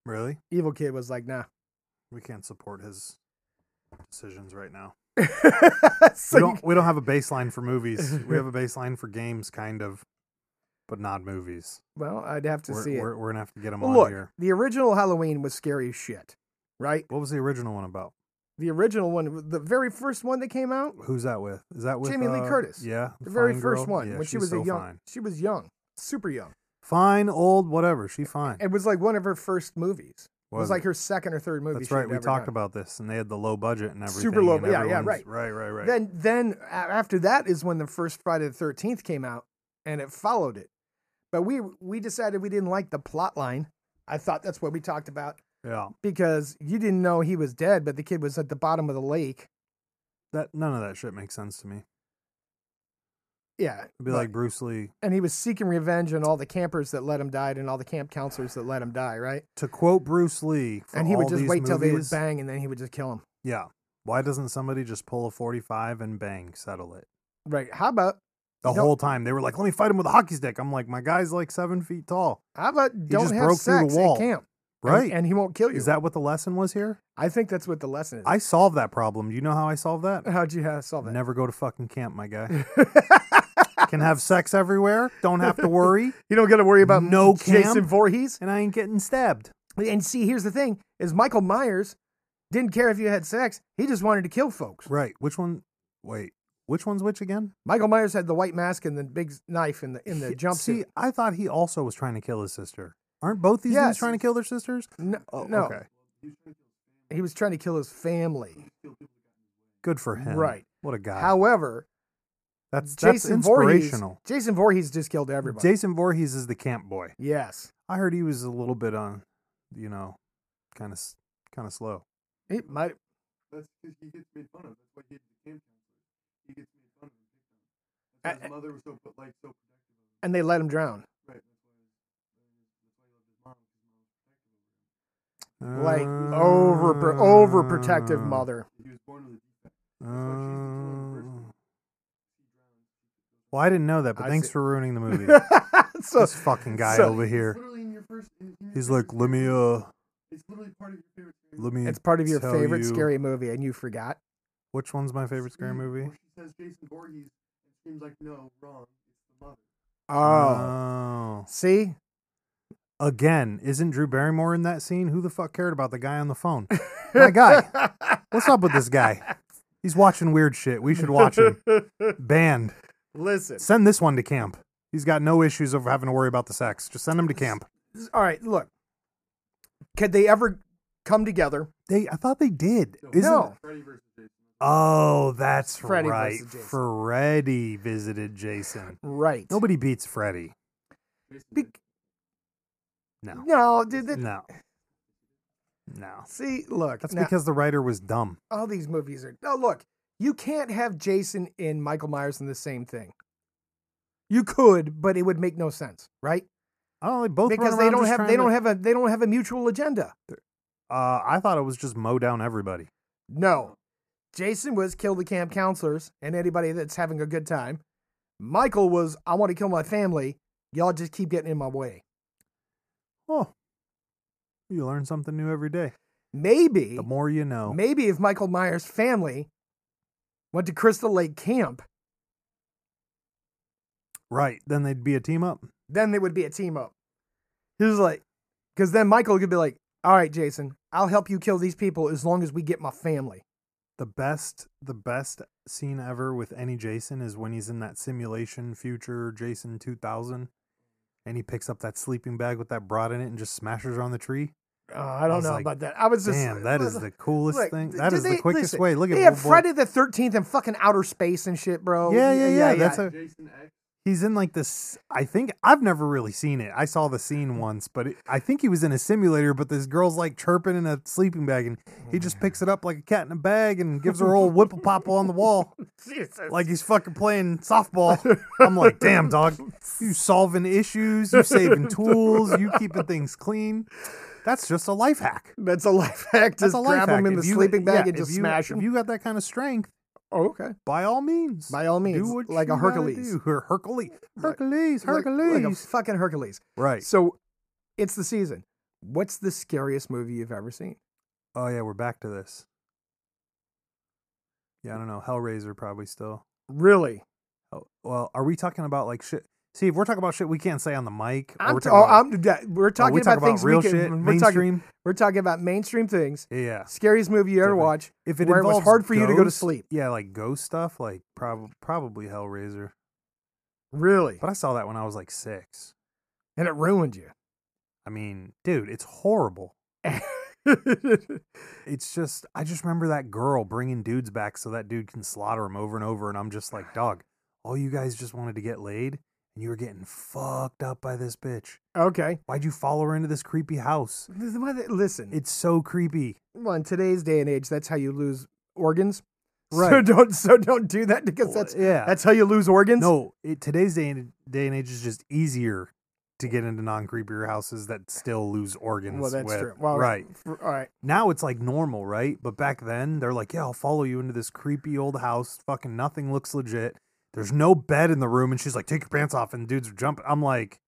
Speaker 2: Really?
Speaker 1: Evil kid was like, "Nah." [LAUGHS]
Speaker 2: We can't support his decisions right now.
Speaker 1: so
Speaker 2: we don't. We don't have a baseline for movies. we
Speaker 1: [LAUGHS]
Speaker 2: have a baseline for games, kind of, but not movies.
Speaker 1: well, I'd have to
Speaker 2: we're,
Speaker 1: see
Speaker 2: we're,
Speaker 1: it.
Speaker 2: we're gonna have to get them
Speaker 1: Well,
Speaker 2: on
Speaker 1: look,
Speaker 2: here.
Speaker 1: the original Halloween was scary as shit, right?
Speaker 2: What was the original one about?
Speaker 1: The original one, the very first one that came out,
Speaker 2: Who's that with? Is that with
Speaker 1: Jamie Lee
Speaker 2: uh,
Speaker 1: Curtis.
Speaker 2: Yeah,
Speaker 1: the very
Speaker 2: fine
Speaker 1: first
Speaker 2: girl?
Speaker 1: one,
Speaker 2: Yeah,
Speaker 1: when she
Speaker 2: she's
Speaker 1: was
Speaker 2: so
Speaker 1: a young,
Speaker 2: fine.
Speaker 1: she was young, super young.
Speaker 2: fine old whatever. She fine.
Speaker 1: It was like one of her first movies. It was
Speaker 2: Was
Speaker 1: like
Speaker 2: it?
Speaker 1: her second or third movie.
Speaker 2: That's
Speaker 1: she
Speaker 2: right.
Speaker 1: had
Speaker 2: We
Speaker 1: ever
Speaker 2: talked
Speaker 1: done.
Speaker 2: about this, and they had the low budget and everything.
Speaker 1: Super low-
Speaker 2: and
Speaker 1: yeah, yeah,
Speaker 2: everyone's-
Speaker 1: right.
Speaker 2: right, right, right.
Speaker 1: Then, then a- after that is when the first Friday the Thirteenth came out, and it followed it. But we we decided we didn't like the plot line. I thought that's what we talked about
Speaker 2: yeah,
Speaker 1: because you didn't know he was dead, but the kid was at the bottom of the lake.
Speaker 2: that none of that shit makes sense to me.
Speaker 1: Yeah,
Speaker 2: It'd be
Speaker 1: but-
Speaker 2: like Bruce Lee.
Speaker 1: and he was seeking revenge on all the campers that let him die and all the camp counselors that let him die, right?
Speaker 2: To quote Bruce Lee, for
Speaker 1: and he would
Speaker 2: all
Speaker 1: just
Speaker 2: these
Speaker 1: wait till they would
Speaker 2: movies-
Speaker 1: bang, and then he would just kill him.
Speaker 2: Yeah. Why doesn't somebody just pull a 45 and bang, settle it?
Speaker 1: Right? How about
Speaker 2: The
Speaker 1: Don't-
Speaker 2: whole time they were like, "Let me fight him with a hockey stick." I'm like, "My guy's like seven feet tall,
Speaker 1: how about don't
Speaker 2: just
Speaker 1: have
Speaker 2: broke through the
Speaker 1: sex
Speaker 2: wall.
Speaker 1: at camp, and-
Speaker 2: right?"
Speaker 1: And, he won't kill you.
Speaker 2: is that what the lesson was here?
Speaker 1: I think that's what the lesson is.
Speaker 2: I solved that problem. Do you know how I solved that?
Speaker 1: How'd you uh, solve that?
Speaker 2: Never go to fucking camp, my guy. [LAUGHS] Can have sex everywhere. Don't have
Speaker 1: [LAUGHS]
Speaker 2: to worry,
Speaker 1: [LAUGHS] you don't got to worry about
Speaker 2: No
Speaker 1: Jason
Speaker 2: camp?
Speaker 1: Voorhees.
Speaker 2: and I ain't getting stabbed.
Speaker 1: And see, here's the thing: is Michael Myers didn't care if you had sex; he just wanted to kill folks.
Speaker 2: Right? Which one? Wait, which one's which again?
Speaker 1: Michael Myers had the white mask and the big knife in the in the
Speaker 2: He-
Speaker 1: jumpsuit.
Speaker 2: See, I thought he also was trying to kill his sister. Aren't both these
Speaker 1: Yes.
Speaker 2: dudes trying to kill their sisters?
Speaker 1: no,
Speaker 2: Oh,
Speaker 1: no,
Speaker 2: okay.
Speaker 1: he was trying to kill his family.
Speaker 2: Good for him.
Speaker 1: Right.
Speaker 2: What a guy.
Speaker 1: However,
Speaker 2: That's that's
Speaker 1: Jason
Speaker 2: inspirational.
Speaker 1: Voorhees. Jason Voorhees just killed everybody.
Speaker 2: Jason Voorhees is the camp boy.
Speaker 1: yes.
Speaker 2: I heard he was a little bit on, you know, kind of kind of slow.
Speaker 1: He might
Speaker 3: That's because he gets made fun of. That's why he did the camp counselor. He gets made fun of.
Speaker 1: why
Speaker 3: That's
Speaker 1: his
Speaker 3: why his mother was so but like so protective of him.
Speaker 1: and they let him drown.
Speaker 3: Right. That's why. That's why he loved his mom. His mom was protective of him.
Speaker 1: Like over
Speaker 2: over Uh,
Speaker 1: overprotective mother. [LAUGHS]
Speaker 3: He was born with a defect.
Speaker 2: uh, Oh.
Speaker 3: He drowned.
Speaker 2: well, I didn't know that, but
Speaker 1: I
Speaker 2: thanks
Speaker 1: see.
Speaker 2: for ruining the movie.
Speaker 1: [LAUGHS] so
Speaker 2: [LAUGHS] this fucking guy
Speaker 1: so-
Speaker 2: over here.
Speaker 3: Literally in your first. In, in your
Speaker 2: He's
Speaker 3: favorite
Speaker 2: like, let me,
Speaker 3: scary movie.
Speaker 2: uh,
Speaker 3: It's literally part of your favorite. scary
Speaker 2: let me.
Speaker 1: it's part of your
Speaker 2: tell
Speaker 1: favorite
Speaker 2: you-
Speaker 1: scary movie and you forgot.
Speaker 2: Which one's my favorite scary
Speaker 1: Mm.
Speaker 3: Scream,
Speaker 2: movie?
Speaker 3: Or she says Jason Voorhees and seems like no, wrong. It's the mother.
Speaker 1: Oh.
Speaker 2: Oh.
Speaker 1: See?
Speaker 2: Again, isn't Drew Barrymore in that scene? Who the fuck cared about the guy on
Speaker 1: [LAUGHS]
Speaker 2: the phone? My guy. What's up with this guy? He's watching weird shit. We should
Speaker 1: [LAUGHS]
Speaker 2: watch him. [LAUGHS] Banned.
Speaker 1: Listen.
Speaker 2: Send this one to camp. He's got no issues of having to worry about the sex. Just send him to camp.
Speaker 1: All right, look. Could they ever come together?
Speaker 2: They, I thought they did.
Speaker 3: No.
Speaker 2: Isn't-
Speaker 1: No.
Speaker 3: Freddy versus Jason.
Speaker 2: Oh, that's
Speaker 1: Freddy
Speaker 2: right.
Speaker 1: versus Jason.
Speaker 2: Freddy visited Jason.
Speaker 1: Right.
Speaker 2: Nobody beats Freddy.
Speaker 3: Jason
Speaker 1: Be-
Speaker 2: No.
Speaker 1: no, did it?
Speaker 2: No. No.
Speaker 1: See, look.
Speaker 2: That's
Speaker 1: now,
Speaker 2: because the writer was dumb.
Speaker 1: all these movies are. No, look. You can't have Jason and Michael Myers in the same thing. You could, but it would make no sense, right?
Speaker 2: Oh, they both run
Speaker 1: because they
Speaker 2: around
Speaker 1: don't
Speaker 2: just
Speaker 1: have
Speaker 2: trying
Speaker 1: they don't
Speaker 2: to-
Speaker 1: have a they don't have a mutual agenda.
Speaker 2: Uh, I thought it was just mow down everybody.
Speaker 1: No. Jason was kill the camp counselors and anybody that's having a good time. Michael was I want to kill my family. Y'all just keep getting in my way.
Speaker 2: Oh, you learn something new every day.
Speaker 1: Maybe
Speaker 2: The more you know.
Speaker 1: maybe if Michael Myers' family went to Crystal Lake camp,
Speaker 2: Right. Then they'd be a team up.
Speaker 1: then they would be a team up. He was like, because then Michael could be like, all right, Jason, I'll help you kill these people as long as we get my family.
Speaker 2: The best, the best scene ever with any Jason is when he's in that simulation future Jason 2000, and he picks up that sleeping bag with that broad in it and just smashes her on the tree.
Speaker 1: Uh, I don't
Speaker 2: was
Speaker 1: know
Speaker 2: like,
Speaker 1: about that. I was just
Speaker 2: Damn, that is
Speaker 1: [LAUGHS]
Speaker 2: [LAUGHS] the coolest
Speaker 1: Look,
Speaker 2: thing.
Speaker 1: th-
Speaker 2: That
Speaker 1: did
Speaker 2: is
Speaker 1: they-
Speaker 2: the quickest
Speaker 1: listen,
Speaker 2: way. Look at
Speaker 1: They
Speaker 2: old
Speaker 1: have
Speaker 2: boy.
Speaker 1: Friday the Thirteenth and fucking outer space and shit, bro.
Speaker 2: Yeah, yeah, yeah.
Speaker 1: [LAUGHS]
Speaker 2: That's a.
Speaker 3: Jason X.
Speaker 2: He's in like this. I think I've never really seen it. I saw the
Speaker 1: Mm-hmm.
Speaker 2: scene once, but it, I think he was in a simulator. But this girl's like chirping in a sleeping bag, and he just picks it up like a cat in a bag and gives her a old whipple popple on the wall, like he's fucking playing softball. I'm like, damn dog, you solving issues,
Speaker 1: [LAUGHS]
Speaker 2: you saving tools, you keeping things clean. That's just a life hack.
Speaker 1: that's a life hack.
Speaker 2: That's
Speaker 1: Just
Speaker 2: a life
Speaker 1: grab
Speaker 2: hack.
Speaker 1: them in
Speaker 2: If
Speaker 1: the
Speaker 2: you-
Speaker 1: sleeping bag
Speaker 2: yeah,
Speaker 1: and
Speaker 2: if
Speaker 1: just
Speaker 2: you-
Speaker 1: smash
Speaker 2: If
Speaker 1: them.
Speaker 2: you got that kind of strength,
Speaker 1: Oh, okay.
Speaker 2: by all means,
Speaker 1: By all means,
Speaker 2: do what
Speaker 1: like
Speaker 2: you
Speaker 1: a
Speaker 2: gotta
Speaker 1: Hercules,
Speaker 2: do. Her- Hercules, Hercules,
Speaker 1: Like-
Speaker 2: Hercules.
Speaker 1: like a fucking Hercules.
Speaker 2: right.
Speaker 1: So, it's the season. What's the scariest movie you've ever seen?
Speaker 2: Oh yeah, we're back to this. Yeah, I don't know. Hellraiser probably still.
Speaker 1: Really?
Speaker 2: Oh, well, are we talking about like shit? See, if we're talking about shit we can't say on the mic, or
Speaker 1: I'm
Speaker 2: we're
Speaker 1: t-
Speaker 2: talking
Speaker 1: oh,
Speaker 2: about,
Speaker 1: I'm, yeah, we're
Speaker 2: are
Speaker 1: talking
Speaker 2: we
Speaker 1: about,
Speaker 2: talking
Speaker 1: things
Speaker 2: real
Speaker 1: we can.
Speaker 2: shit,
Speaker 1: we're talking.
Speaker 2: mainstream.
Speaker 1: We're talking about mainstream things.
Speaker 2: yeah,
Speaker 1: Scariest movie you ever
Speaker 2: Different.
Speaker 1: watch?
Speaker 2: if it
Speaker 1: where it was
Speaker 2: involves
Speaker 1: hard for you to go to
Speaker 2: ghosts-
Speaker 1: sleep.
Speaker 2: yeah, like ghost stuff, like probably probably Hellraiser.
Speaker 1: Really?
Speaker 2: But I saw that when I was like six.
Speaker 1: And it ruined you. [LAUGHS]
Speaker 2: I mean, dude, it's horrible. It's just, I just remember that girl bringing dudes back so that dude can slaughter them over and over. And I'm
Speaker 1: [SIGHS]
Speaker 2: just like, dog, all you guys just wanted to get laid and you were getting fucked up by this bitch.
Speaker 1: okay.
Speaker 2: Why'd you follow her into this creepy house?
Speaker 1: Listen,
Speaker 2: It's so creepy.
Speaker 1: well, in today's day and age, that's how you lose organs. So
Speaker 2: Right.
Speaker 1: don't so don't do that because that's
Speaker 2: yeah.
Speaker 1: that's how you lose organs.
Speaker 2: no, it, today's day and, day and age is just easier to get into non creepier houses that still lose organs.
Speaker 1: well that's
Speaker 2: with-
Speaker 1: true. Well,
Speaker 2: right.
Speaker 1: for- all right. [LAUGHS]
Speaker 2: Now it's like normal, right? But back then, they're like, yeah, I'll follow you into this creepy old house. Fucking nothing looks legit. There's no bed in the room. And she's like, take your pants off. And dudes are jumping. I'm like,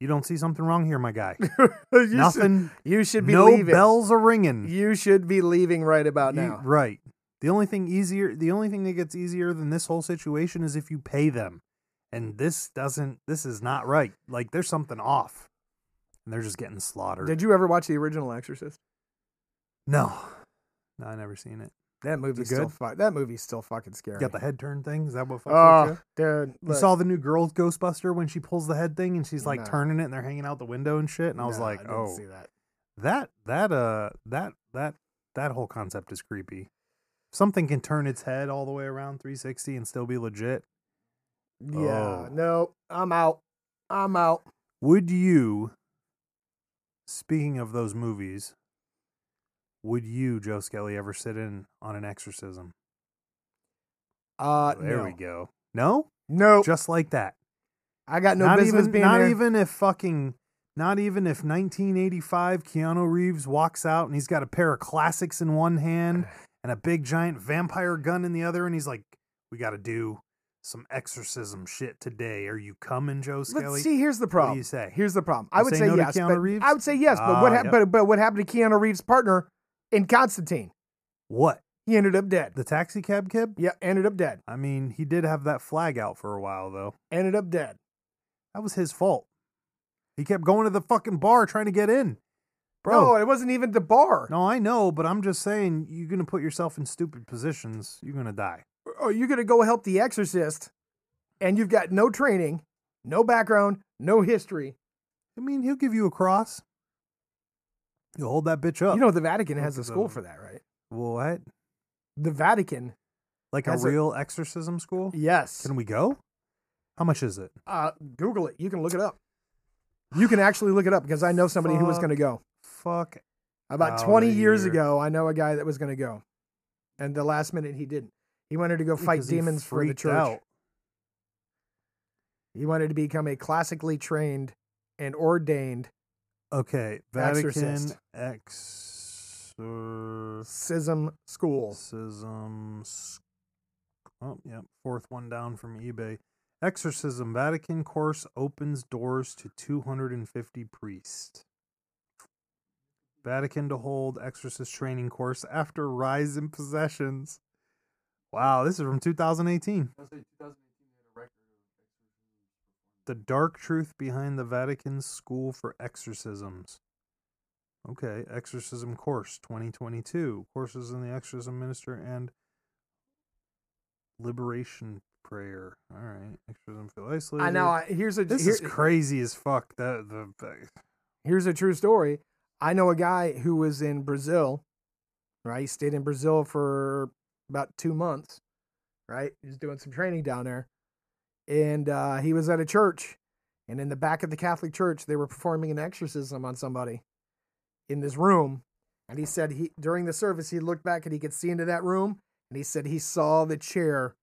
Speaker 2: you don't see something wrong here, my guy.
Speaker 1: [LAUGHS] You should- [LAUGHS]
Speaker 2: Nothing.
Speaker 1: you should be
Speaker 2: no
Speaker 1: leaving.
Speaker 2: bells are ringing.
Speaker 1: You should be leaving right about
Speaker 2: You-
Speaker 1: now.
Speaker 2: right. The only thing easier, the only thing that gets easier than this whole situation is if you pay them. And this doesn't, this is not right. Like there's something off. And they're just getting slaughtered.
Speaker 1: Did you ever watch the original Exorcist?
Speaker 2: no. No, I never seen it.
Speaker 1: That movie's still
Speaker 2: good?
Speaker 1: fu- that movie's still fucking scary.
Speaker 2: You got the head turn thing? Is that what fucks with you?
Speaker 1: oh, dude.
Speaker 2: You
Speaker 1: look.
Speaker 2: saw the new girls Ghostbuster when she pulls the head thing and she's like
Speaker 1: No.
Speaker 2: turning it and they're hanging out the window and shit. And I was
Speaker 1: Nah,
Speaker 2: like,
Speaker 1: didn't
Speaker 2: oh,
Speaker 1: see that.
Speaker 2: that that uh that that that whole concept is creepy. Something can turn its head all the way around 360 and still be legit.
Speaker 1: Yeah.
Speaker 2: Oh.
Speaker 1: No, I'm out. I'm out.
Speaker 2: Would you, speaking of those movies, would you, Joe Skelly, ever sit in on an exorcism?
Speaker 1: Uh,
Speaker 2: there
Speaker 1: no.
Speaker 2: we go. No,
Speaker 1: No,
Speaker 2: just like that.
Speaker 1: I got no
Speaker 2: not
Speaker 1: business
Speaker 2: even,
Speaker 1: being
Speaker 2: not
Speaker 1: there.
Speaker 2: even if fucking, not even if 1985 Keanu Reeves walks out and he's got a pair of classics in
Speaker 1: [SIGHS]
Speaker 2: one hand and a big giant vampire gun in the other, and he's like, "We got to do some exorcism shit today. Are you coming, Joe Skelly?"
Speaker 1: Let's see. Here's the problem.
Speaker 2: you say?
Speaker 1: Here's the problem. I
Speaker 2: You
Speaker 1: would
Speaker 2: say
Speaker 1: say
Speaker 2: no to
Speaker 1: yes.
Speaker 2: Keanu
Speaker 1: but-
Speaker 2: Reeves?
Speaker 1: I would say yes, but what?
Speaker 2: Ah,
Speaker 1: hap
Speaker 2: yep.
Speaker 1: But but what happened to Keanu Reeves' partner in Constantine?
Speaker 2: What
Speaker 1: He ended up dead.
Speaker 2: the taxi cab kid?
Speaker 1: Yeah, ended up dead.
Speaker 2: I mean, he did have that flag out for a while, though.
Speaker 1: Ended up dead.
Speaker 2: That was his fault. He kept going to the fucking bar trying to get in.
Speaker 1: No,
Speaker 2: Bro.
Speaker 1: it wasn't even the bar.
Speaker 2: No, I know, but I'm just saying, you're going to put yourself in stupid positions. You're going to die.
Speaker 1: Or you're gonna Oh, go help the Exorcist, and you've got no training, no background, no history.
Speaker 2: I mean, he'll give you a cross. You'll hold that bitch up.
Speaker 1: You know the Vatican has a
Speaker 2: Look at
Speaker 1: school
Speaker 2: the-
Speaker 1: for that, right?
Speaker 2: what?
Speaker 1: The Vatican.
Speaker 2: Like a
Speaker 1: Has a-
Speaker 2: real exorcism school?
Speaker 1: Yes.
Speaker 2: Can we go? How much is it?
Speaker 1: Uh, Google it. You can look it up. You can actually look it up because I know somebody who was
Speaker 2: Fuck.
Speaker 1: gonna go.
Speaker 2: Fuck.
Speaker 1: About
Speaker 2: Out
Speaker 1: 20
Speaker 2: of
Speaker 1: years
Speaker 2: here.
Speaker 1: ago, I know a guy that was going to go. And the last minute, he didn't. He wanted to go fight
Speaker 2: Because he
Speaker 1: demons for the
Speaker 2: freaked
Speaker 1: church.
Speaker 2: out.
Speaker 1: He wanted to become a classically trained and ordained
Speaker 2: Okay. Vatican
Speaker 1: Exorcist.
Speaker 2: exor-
Speaker 1: schism school.
Speaker 2: Exorcism. s- Oh, yeah. Fourth one down from eBay. Exorcism Vatican course opens doors to 250 priests. Vatican to hold exorcist training course after rise in possessions. Wow, this is from 2018.
Speaker 3: I'll say 2018 they had a record of
Speaker 2: The dark truth behind the Vatican's school for exorcisms. Okay, exorcism course 2022. Courses in the exorcism minister and liberation prayer. All right, exorcism feel isolated.
Speaker 1: I know. I- Here's a
Speaker 2: This
Speaker 1: here-
Speaker 2: is crazy as fuck. The, the, the-
Speaker 1: here's a true story. I know a guy who was in Brazil, right? He stayed in Brazil for about two months, right? He was doing some training down there. And uh, he was at a church. And in the back of the Catholic church, they were performing an exorcism on somebody in this room. And he said he during the service, he looked back and he could see into that room. And he said he saw the chair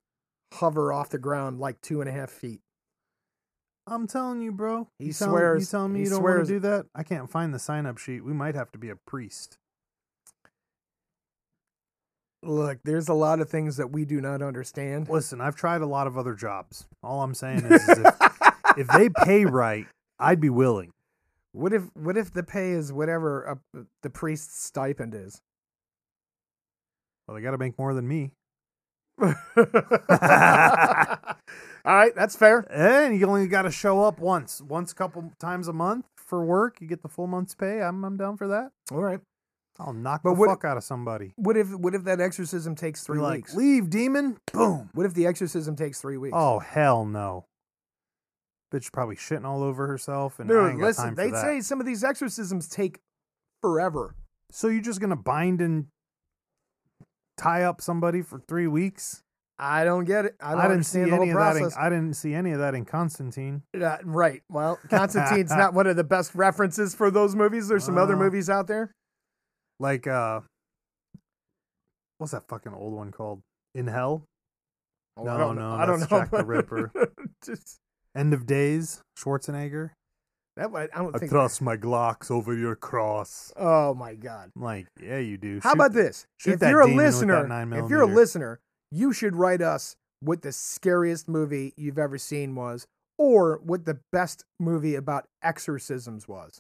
Speaker 1: hover off the ground like two and a half feet.
Speaker 2: I'm telling you, bro.
Speaker 1: He
Speaker 2: you telling-
Speaker 1: swears-
Speaker 2: You telling me
Speaker 1: he
Speaker 2: you don't want
Speaker 1: swears-
Speaker 2: to do that? I can't find the sign up sheet. We might have to be a priest.
Speaker 1: Look, there's a lot of things that we do not understand.
Speaker 2: Listen, I've tried a lot of other jobs. All I'm saying is, is if, if they pay right, I'd be willing.
Speaker 1: What if what if the pay is whatever a, the priest's stipend is?
Speaker 2: Well, they got to make more
Speaker 1: [LAUGHS]
Speaker 2: than me. [LAUGHS]
Speaker 1: All right, that's fair.
Speaker 2: And you only got to show up once, once a couple times a month for work. You get the full month's pay. I'm, I'm down for that.
Speaker 1: All right.
Speaker 2: I'll knock
Speaker 1: But
Speaker 2: the
Speaker 1: what-
Speaker 2: fuck out of somebody.
Speaker 1: What if what if that exorcism takes three
Speaker 2: Be like,
Speaker 1: weeks?
Speaker 2: leave, demon. Boom.
Speaker 1: What if the exorcism takes three weeks?
Speaker 2: Oh hell no. Bitch probably shitting all over herself. And I
Speaker 1: dude,
Speaker 2: ain't got
Speaker 1: listen.
Speaker 2: time for
Speaker 1: They
Speaker 2: that.
Speaker 1: say some of these exorcisms take forever.
Speaker 2: So you're just gonna bind and tie up somebody for three weeks?
Speaker 1: I don't get it. I don't
Speaker 2: didn't see
Speaker 1: understand the
Speaker 2: any
Speaker 1: whole
Speaker 2: of that. In,
Speaker 1: process.
Speaker 2: I didn't see any of that in Constantine.
Speaker 1: Uh, right. Well, Constantine's
Speaker 2: [LAUGHS]
Speaker 1: not one of the best references for those movies. There's some other
Speaker 2: Well.
Speaker 1: movies out there.
Speaker 2: like uh what's that fucking old one called in hell
Speaker 1: Oh, I
Speaker 2: No,
Speaker 1: don't,
Speaker 2: no,
Speaker 1: I don't
Speaker 2: that's
Speaker 1: know.
Speaker 2: Jack the Ripper.
Speaker 1: [LAUGHS] Just,
Speaker 2: end of days schwarzenegger
Speaker 1: that one- I don't think.
Speaker 2: my glocks over your cross
Speaker 1: Oh my god.
Speaker 2: I'm like yeah you do
Speaker 1: How
Speaker 2: Shoot
Speaker 1: about
Speaker 2: th-
Speaker 1: this?
Speaker 2: shoot
Speaker 1: if
Speaker 2: that
Speaker 1: you're a
Speaker 2: demon with that
Speaker 1: listener,
Speaker 2: nine
Speaker 1: if you're a
Speaker 2: millimeter.
Speaker 1: listener, you should write us what the scariest movie you've ever seen was, or what the best movie about exorcisms was.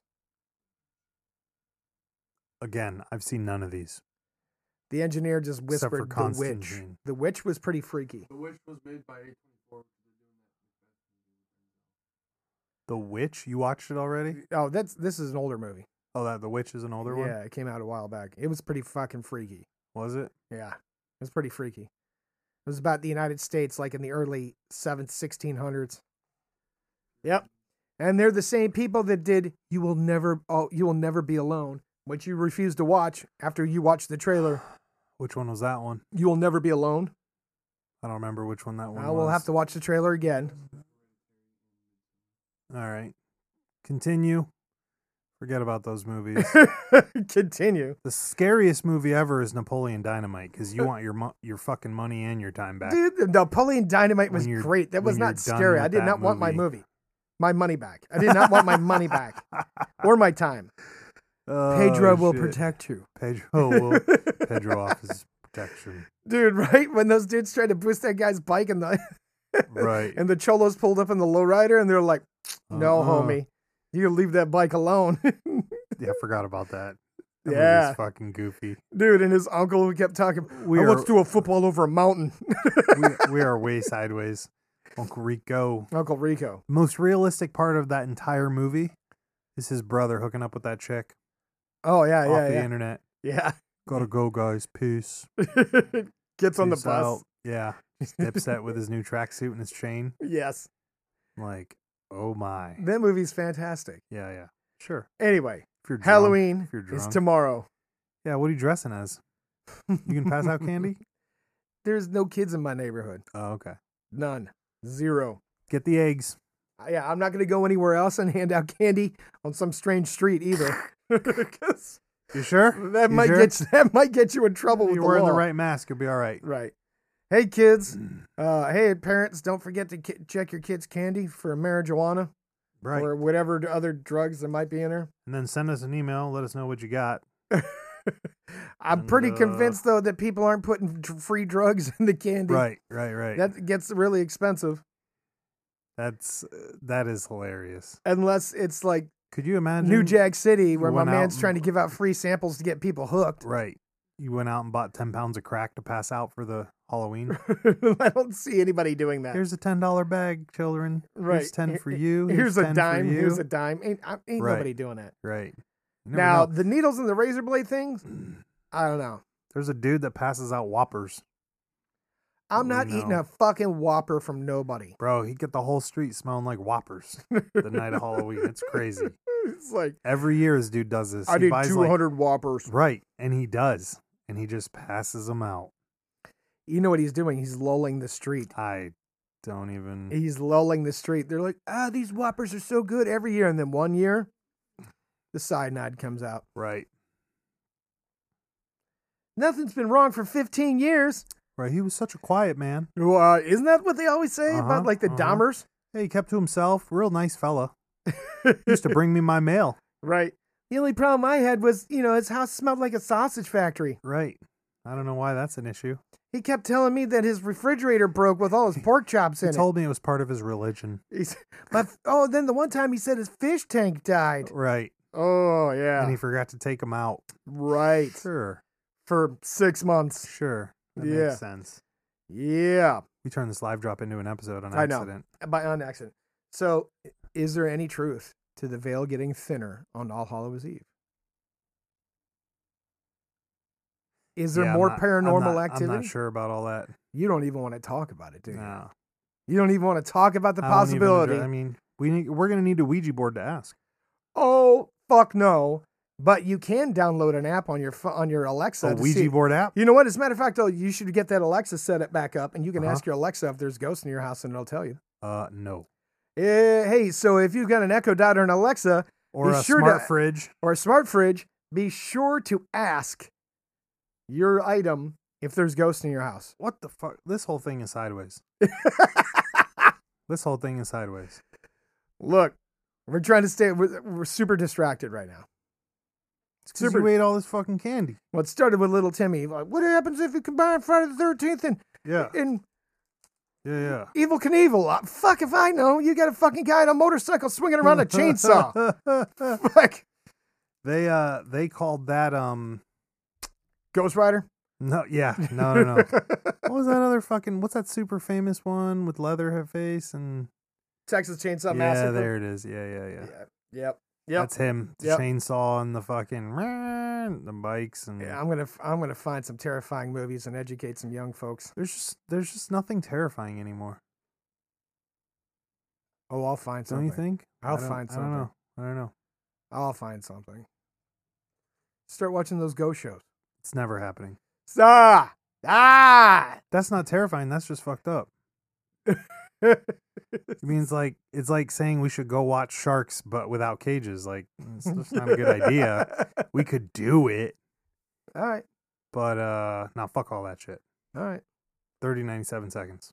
Speaker 2: again i've seen none of these
Speaker 1: The engineer just
Speaker 2: Except for
Speaker 1: whispered the witch.
Speaker 2: Constantine.
Speaker 1: The witch was pretty freaky.
Speaker 3: The Witch was made by A24.
Speaker 2: the witch you watched it already
Speaker 1: Oh, that's this is an older movie.
Speaker 2: oh that the witch is an older one
Speaker 1: Yeah, it came out a while back. It was pretty fucking freaky.
Speaker 2: was it
Speaker 1: Yeah, it was pretty freaky. It was about the United States, like in the early seventh, sixteen hundreds. Yep, and they're the same people that did "You Will Never, oh, You Will Never Be Alone," which you refused to watch after you watched the trailer.
Speaker 2: which one was that one
Speaker 1: You will never be alone.
Speaker 2: I don't remember which one that one
Speaker 1: Uh, we'll have
Speaker 2: was.
Speaker 1: to watch the trailer again.
Speaker 2: All right. Continue. Forget about those movies.
Speaker 1: [LAUGHS] Continue.
Speaker 2: the scariest movie ever is Napoleon Dynamite
Speaker 1: [LAUGHS]
Speaker 2: because you want your mo- your fucking money and your time back.
Speaker 1: Dude, the Napoleon Dynamite was
Speaker 2: When you're-
Speaker 1: great. That
Speaker 2: when
Speaker 1: was
Speaker 2: you're
Speaker 1: not
Speaker 2: done
Speaker 1: scary. I
Speaker 2: with
Speaker 1: did
Speaker 2: that
Speaker 1: not want my
Speaker 2: movie.
Speaker 1: movie, my money back. I did not want my money
Speaker 2: [LAUGHS]
Speaker 1: back or my time.
Speaker 2: Oh,
Speaker 1: Pedro will
Speaker 2: shit. Oh,
Speaker 1: protect you.
Speaker 2: Pedro [LAUGHS] will Pedro off his protection.
Speaker 1: Dude, [LAUGHS] right when those dudes tried to boost that guy's bike and the
Speaker 2: Right.
Speaker 1: and the cholos pulled up in the lowrider and they're like, "No,
Speaker 2: Uh-uh.
Speaker 1: homie, you leave that bike alone." [LAUGHS]
Speaker 2: Yeah, I forgot about that. That
Speaker 1: Yeah.
Speaker 2: movie's
Speaker 1: [LAUGHS]
Speaker 2: fucking goofy.
Speaker 1: Dude, and his uncle who kept talking,
Speaker 2: We
Speaker 1: "I
Speaker 2: are-
Speaker 1: once threw a football over a mountain."
Speaker 2: we, we are way sideways. Uncle Rico.
Speaker 1: Uncle Rico.
Speaker 2: Most realistic part of that entire movie is his brother hooking up with that chick
Speaker 1: Oh yeah,
Speaker 2: off the
Speaker 1: yeah,
Speaker 2: internet.
Speaker 1: yeah,
Speaker 2: Gotta go, guys. Peace.
Speaker 1: [LAUGHS] yeah. Gets on the
Speaker 2: Peace
Speaker 1: bus.
Speaker 2: out.
Speaker 1: [LAUGHS]
Speaker 2: Yeah. Just dipset with his new tracksuit and his chain.
Speaker 1: Yes,
Speaker 2: Like, oh my.
Speaker 1: that movie's fantastic.
Speaker 2: Yeah, yeah. Sure.
Speaker 1: Anyway,
Speaker 2: If you're drunk.
Speaker 1: Halloween
Speaker 2: if you're
Speaker 1: is
Speaker 2: drunk.
Speaker 1: tomorrow.
Speaker 2: Yeah, what are you dressing as? You can pass out
Speaker 1: [LAUGHS]
Speaker 2: candy?
Speaker 1: There's no kids in my neighborhood.
Speaker 2: Oh, okay.
Speaker 1: None. Zero.
Speaker 2: Get the eggs.
Speaker 1: I- Yeah, I'm not going to go anywhere else and hand out candy on some strange street either. [LAUGHS] 'Cause
Speaker 2: You sure?
Speaker 1: that
Speaker 2: You
Speaker 1: might
Speaker 2: sure?
Speaker 1: get [LAUGHS] you, that might get you in trouble with
Speaker 2: You're
Speaker 1: the
Speaker 2: wearing the
Speaker 1: law.
Speaker 2: right Mm. mask. You'll be all right.
Speaker 1: Right. Hey kids. Uh, hey parents, don't forget to ki- check your kids' candy for marijuana
Speaker 2: Right.
Speaker 1: or whatever d- other drugs there might be in there.
Speaker 2: And then send us an email. Let us know what you got.
Speaker 1: [LAUGHS] I'm
Speaker 2: And,
Speaker 1: pretty
Speaker 2: uh,
Speaker 1: convinced though that people aren't putting d- free drugs in the candy.
Speaker 2: Right, right, right.
Speaker 1: That gets really expensive
Speaker 2: That's uh, that is hilarious.
Speaker 1: unless it's like
Speaker 2: Could you imagine
Speaker 1: New Jack City, where my
Speaker 2: went out
Speaker 1: man's
Speaker 2: and-
Speaker 1: trying to give out free samples to get people hooked.
Speaker 2: Right. You went out and bought ten pounds of crack to pass out for the Halloween.
Speaker 1: [LAUGHS] I don't see anybody doing that.
Speaker 2: Here's a ten dollar bag, children.
Speaker 1: Right.
Speaker 2: Here's ten for
Speaker 1: Here-
Speaker 2: you.
Speaker 1: Here's, a
Speaker 2: 10 for
Speaker 1: dime.
Speaker 2: you.
Speaker 1: Here's a dime. Ain't, I- ain't
Speaker 2: Right.
Speaker 1: nobody doing that.
Speaker 2: right. You never
Speaker 1: Now
Speaker 2: know.
Speaker 1: the needles and the razor blade things. I don't know.
Speaker 2: [CLEARS THROAT] there's a dude that passes out whoppers,
Speaker 1: I'm
Speaker 2: Well,
Speaker 1: not
Speaker 2: we
Speaker 1: eating
Speaker 2: know.
Speaker 1: a fucking Whopper from nobody.
Speaker 2: bro. He get the whole street smelling like whoppers [LAUGHS] the night of Halloween. It's crazy.
Speaker 1: [LAUGHS] It's like
Speaker 2: Every year, this dude does this.
Speaker 1: I
Speaker 2: he
Speaker 1: need
Speaker 2: buys like
Speaker 1: 200 Whoppers.
Speaker 2: Right, and he does, and he just passes them out.
Speaker 1: You know what he's doing? He's lulling the street.
Speaker 2: I don't even.
Speaker 1: He's lulling the street. They're like, ah, these Whoppers are so good every year, and then one year, the cyanide comes out.
Speaker 2: Right,
Speaker 1: Nothing's been wrong for 15 years.
Speaker 2: right. He was such a quiet man.
Speaker 1: Well, uh, isn't that what they always say
Speaker 2: Uh-huh,
Speaker 1: about like the
Speaker 2: uh-huh.
Speaker 1: Dahmers? [LAUGHS]
Speaker 2: Hey, he kept to himself. Real nice fella.
Speaker 1: [LAUGHS]
Speaker 2: Used to bring me my mail.
Speaker 1: Right. The only problem I had was, you know, his house smelled like a sausage factory.
Speaker 2: Right. I don't know why that's an issue.
Speaker 1: He kept telling me that his refrigerator broke with all his pork chops
Speaker 2: He
Speaker 1: in
Speaker 2: told me it was part of his religion.
Speaker 1: it. He's, my, oh, then the one time he said his fish tank died.
Speaker 2: Right.
Speaker 1: Oh, yeah.
Speaker 2: And he forgot to take him out.
Speaker 1: right.
Speaker 2: Sure.
Speaker 1: For six months.
Speaker 2: Sure. That
Speaker 1: Yeah.
Speaker 2: makes sense.
Speaker 1: Yeah.
Speaker 2: We turned this live drop into an episode on
Speaker 1: I know.
Speaker 2: accident.
Speaker 1: By on accident. So, is there any truth to the veil getting thinner on All Hallows Eve? Is there
Speaker 2: Yeah, I'm
Speaker 1: more
Speaker 2: not- I'm
Speaker 1: paranormal
Speaker 2: not-
Speaker 1: activity?
Speaker 2: I'm not sure about all that.
Speaker 1: You don't even want to talk about it, do you?
Speaker 2: No.
Speaker 1: You don't even want to talk about the
Speaker 2: I don't even addre-
Speaker 1: possibility.
Speaker 2: I mean, we need, we're going to need a Ouija board to ask.
Speaker 1: oh fuck no! But you can download an app on your pho- on your Alexa.
Speaker 2: a
Speaker 1: to
Speaker 2: Ouija
Speaker 1: see-
Speaker 2: board app?
Speaker 1: You know what? As a matter of fact, though, you should get that Alexa set it back up, and you can
Speaker 2: Uh-huh.
Speaker 1: ask your Alexa if there's ghosts in your house, and it'll tell you.
Speaker 2: Uh, no.
Speaker 1: Eh, hey, so if you've got an Echo Dot or an Alexa
Speaker 2: Or
Speaker 1: Be
Speaker 2: a
Speaker 1: sure to-
Speaker 2: smart fridge.
Speaker 1: or a smart fridge, be sure to ask your item if there's ghosts in your house.
Speaker 2: What the fuck? This whole thing
Speaker 1: [LAUGHS]
Speaker 2: is sideways. this whole thing is sideways.
Speaker 1: Look, we're trying to stay. We're, we're super distracted right now.
Speaker 2: It's 'cause
Speaker 1: Super-
Speaker 2: you ate all this fucking candy.
Speaker 1: Well, it started with little Timmy. Like, what happens if you combine Friday the Thirteenth and
Speaker 2: Yeah.
Speaker 1: and
Speaker 2: Yeah, yeah.
Speaker 1: Evil Knievel? Uh, fuck if I know. You got a fucking guy on a motorcycle swinging around a
Speaker 2: [LAUGHS]
Speaker 1: chainsaw. Fuck,
Speaker 2: they uh they called that um
Speaker 1: Ghost Rider.
Speaker 2: no yeah
Speaker 1: [LAUGHS]
Speaker 2: no no no what was that other fucking what's that super famous one with leather her face and
Speaker 1: Texas Chainsaw
Speaker 2: yeah
Speaker 1: Massacre.
Speaker 2: there it is yeah yeah yeah,
Speaker 1: Yeah. Yep. Yep.
Speaker 2: that's him the
Speaker 1: Yep.
Speaker 2: chainsaw and the fucking [LAUGHS] the bikes and
Speaker 1: Yeah, I'm gonna I'm gonna find some terrifying movies and educate some young folks.
Speaker 2: there's just there's just nothing terrifying anymore
Speaker 1: Oh, I'll find
Speaker 2: don't
Speaker 1: something.
Speaker 2: you think
Speaker 1: I'll
Speaker 2: I don't-
Speaker 1: find
Speaker 2: I don't
Speaker 1: something.
Speaker 2: know I don't know
Speaker 1: I'll find something. Start watching those ghost shows.
Speaker 2: it's never happening
Speaker 1: Ah, Ah,
Speaker 2: That's not terrifying. That's just fucked up. It means like it's like saying we should go watch sharks, but without cages. Like it's just not a
Speaker 1: [LAUGHS]
Speaker 2: good idea. We could do it,
Speaker 1: all right,
Speaker 2: but uh, now fuck all that shit.
Speaker 1: all right.
Speaker 2: Thirty ninety seven seconds.